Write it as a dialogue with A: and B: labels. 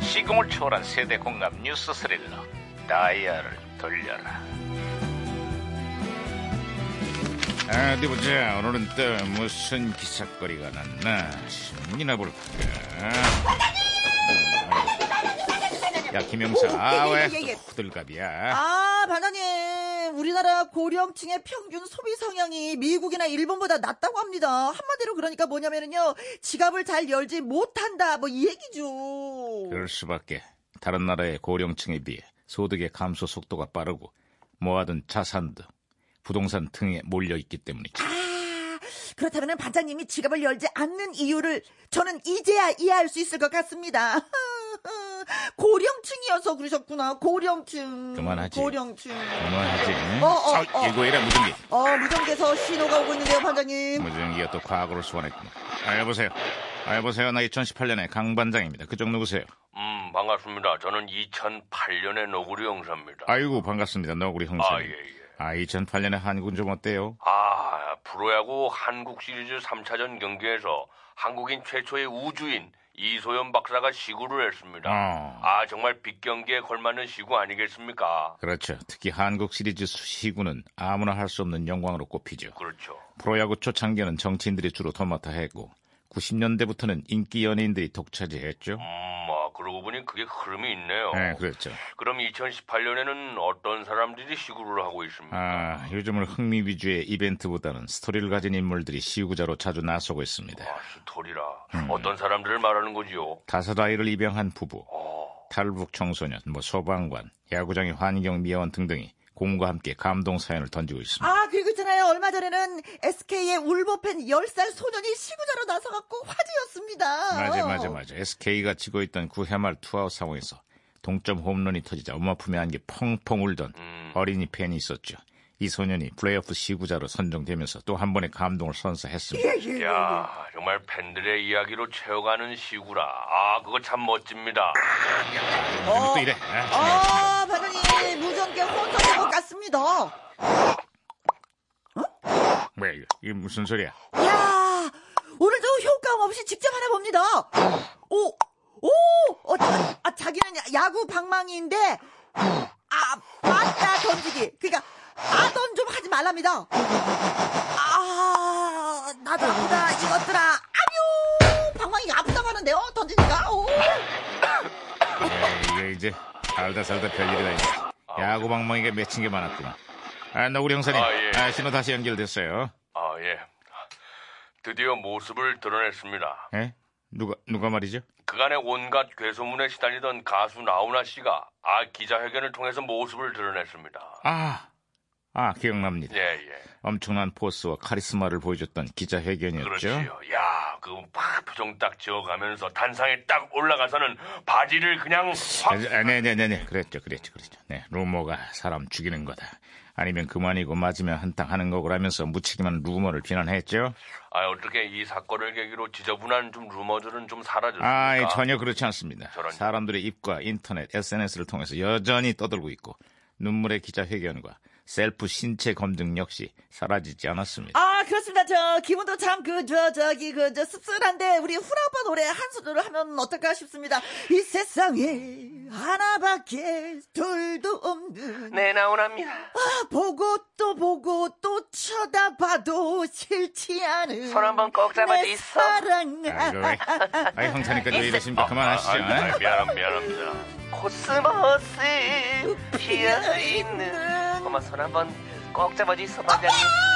A: 시공을 초월한 세대 공감 뉴스 스릴러 다이아를 돌려라 아, 어디 보자 오늘은 또 무슨 기사거리가 났나 신문이나 볼까 야 김영사
B: 오, 예, 예, 예,
A: 왜
B: 예.
A: 후들갑이야
B: 아, 반장님. 우리나라 고령층의 평균 소비 성향이 미국이나 일본보다 낮다고 합니다. 한마디로 그러니까 뭐냐면요. 지갑을 잘 열지 못한다. 뭐 이 얘기죠.
A: 그럴 수밖에 다른 나라의 고령층에 비해 소득의 감소 속도가 빠르고 모아둔 자산도 부동산 등에 몰려있기 때문이지
B: 아, 그렇다면 반장님이 지갑을 열지 않는 이유를 저는 이제야 이해할 수 있을 것 같습니다. 고령층이어서 그러셨구나. 고령층.
A: 그만하지.
B: 고령층.
A: 그만하지
B: 어, 어, 어.
A: 이거 이라 무전기
B: 어, 무전기에서 신호가 오고 있는데요, 반장님.
A: 무전기가 또 과거를 소환했군요. 아, 여보세요. 아, 여보세요. 나 2018년의 강반장입니다. 그쪽 누구세요?
C: 음, 반갑습니다. 저는 2008년의 노구리 형사입니다.
A: 아이고, 반갑습니다. 너구리 형사.
C: 아, 예, 예.
A: 아, 2008년에 한국은 좀 어때요?
C: 아, 프로야구 한국 시리즈 3차전 경기에서 한국인 최초의 우주인 이소연 박사가 시구를 했습니다.
A: 어.
C: 아, 정말 빅 경기에 걸맞는 시구 아니겠습니까?
A: 그렇죠. 특히 한국 시리즈 시구는 아무나 할 수 없는 영광으로 꼽히죠.
C: 그렇죠.
A: 프로야구 초창기에는 정치인들이 주로 도맡아 했고, 90년대부터는 인기 연예인들이 독차지했죠.
C: 음, 아, 그러고 보니 그게 흐름이 있네요.
A: 네, 그렇죠.
C: 럼 2018년에는 어떤 사람들이 시구를 하고 있습니까?
A: 아, 요즘은 흥미 위주의 이벤트보다는 스토리를 가진 인물들이 시구자로 자주 나서고 있습니다.
C: 아, 스토리라. 어떤 사람들을 말하는 거지요?
A: 다섯 아이를 입양한 부부,
C: 어,
A: 탈북 청소년, 뭐 소방관, 야구장의 환경 미화원 등등이 공과 함께 감동 사연을 던지고 있습니다.
B: 아, 그리고 있잖아요. 얼마 전에는 SK의 울보팬 10살 소년이 시구자로 나서갖고 화제였습니다.
A: 맞아, 맞아, 맞아. SK가 지고 있던 구해말 투아웃 상황에서 동점 홈런이 터지자 엄마 품에 안겨 펑펑 울던
C: 음.
A: 어린이 팬이 있었죠. 이 소년이 플레이오프 시구자로 선정되면서 또 한 번의 감동을 선사했습니다.
B: 아, 예.
A: 네.
C: 야, 정말 팬들의 이야기로 채워가는 시구라. 아, 그거 참 멋집니다.
A: 요즘 또 이래. 아, 정말.
B: 아, 반장님, 무전기 혼선된 것 같습니다.
A: 왜 이거? 이게 무슨 소리야?
B: 이야, 오늘도 효과음 없이 직접 하나 봅니다. 오, 오, 어, 자, 아, 자기는 야- 야구 방망이인데, 아, 맞다, 던지기. 그니까, 아던 좀 하지 말랍니다. 아, 나도 아프다, 이것들아. 아뇨! 방망이가 아프다고 하는데, 요 던지니까, 오.
A: 이거 이제 살다 살다 별일이 다 있어. 야구 방망이가 맺힌 게 많았구나. 아, 너구리 형사님.
C: 아, 예.
A: 아, 신호 다시 연결됐어요.
C: 아, 예. 드디어 모습을 드러냈습니다.
A: 예? 누가 누가 말이죠?
C: 그간의 온갖 괴소문에 시달리던 가수 나훈아 씨가 아 기자회견을 통해서 모습을 드러냈습니다.
A: 아, 아 기억납니다.
C: 예, 예.
A: 엄청난 포스와 카리스마를 보여줬던 기자회견이었죠.
C: 그렇지요. 야, 그막 표정 딱 지어가면서 단상에 딱 올라가서는 바지를 그냥 확
A: 네네네네 그랬죠 그랬죠 그랬죠. 네 루머가 사람 죽이는 거다. 아니면 그만이고 맞으면 한탕 하는 거고라면서 무책임한 루머를 비난했죠.
C: 아, 어떻게 이 사건을 계기로 지저분한 좀 루머들은 좀 사라졌습니까?
A: 아 전혀 그렇지 않습니다.
C: 저런.
A: 사람들의 입과 인터넷 SNS를 통해서 여전히 떠들고 있고 눈물의 기자회견과 셀프 신체 검증 역시 사라지지 않았습니다.
B: 아 그렇습니다. 저 기분도 참 그 저 저기 그 저 씁쓸한데 우리 후라 오빠 노래 한 소절을 하면 어떨까 싶습니다. 이 세상에 하나밖에 둘도 없는
C: 네, 나훈아입니다.
B: 보고 또 보고 또 쳐다봐도 싫지 않은
D: 손 한번 꼭 잡아줘,
B: 내
D: 있어.
B: 사랑
A: 아, 이거 왜? 아, 형사니까 왜 이러십니까?
C: 아,
A: 그만하시죠.
C: 아, 아, 미안, 미안합니다.
D: 코스모스 피어있는 어머 손 한번 꼭 잡아주세요 반장님